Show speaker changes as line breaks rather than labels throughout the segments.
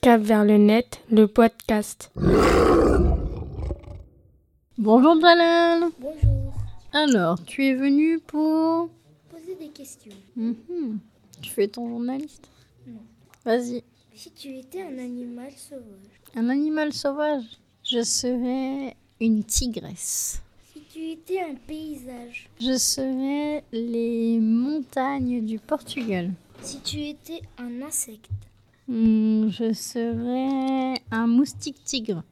Cap vers le net, le podcast.
Bonjour Jalal.
Bonjour.
Alors, tu es venu pour...
Posez des questions.
Mhm. Tu fais ton journaliste
Non.
Vas-y.
Si tu étais un animal sauvage,
Un animal sauvage Je serais une tigresse.
si tu étais un paysage,
Je serais les montagnes du Portugal.
si tu étais un insecte,
Hmm, je serais un moustique tigre.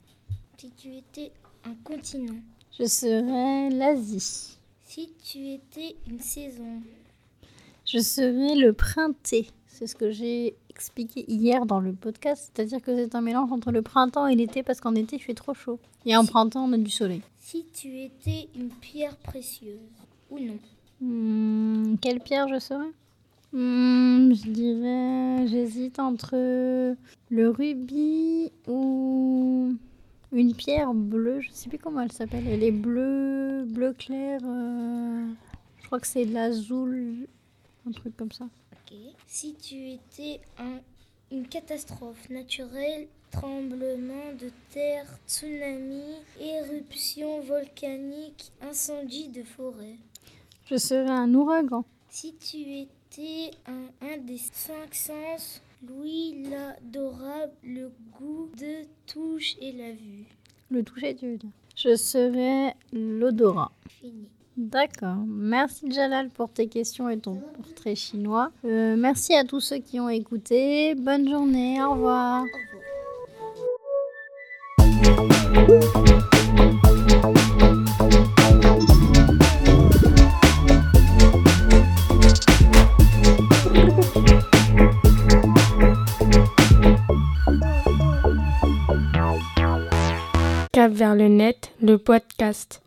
si tu étais un continent,
Je serais l'Asie.
si tu étais une saison,
Je serais le printemps. C'est ce que j'ai expliqué hier dans le podcast. C'est-à-dire que c'est un mélange entre le printemps et l'été parce qu'en été, il fait trop chaud. Et en printemps, on a du soleil.
si tu étais une pierre précieuse ou non,
Hmm, quelle pierre je serais Hmm, Je dirais, j'hésite entre le rubis ou une pierre bleue. Je sais plus comment elle s'appelle. Elle est bleue, bleu clair. euh, je crois que c'est de l'azul, un truc comme ça.
si tu étais un- une catastrophe naturelle, tremblement de terre, tsunami, éruption volcanique, incendie de forêt.
Je serais un ouragan.
Si tu étais un, un des cinq sens, l'ouïe, l'adorable, le goût, de touche et la vue.
Le toucher, tu veux dire. Je serais l'odorat.
Fini.
D'accord. Merci Jalal pour tes questions et ton portrait chinois. Euh, merci à tous ceux qui ont écouté. Bonne journée. Au revoir.
Au revoir.
Cap vers le net, le podcast.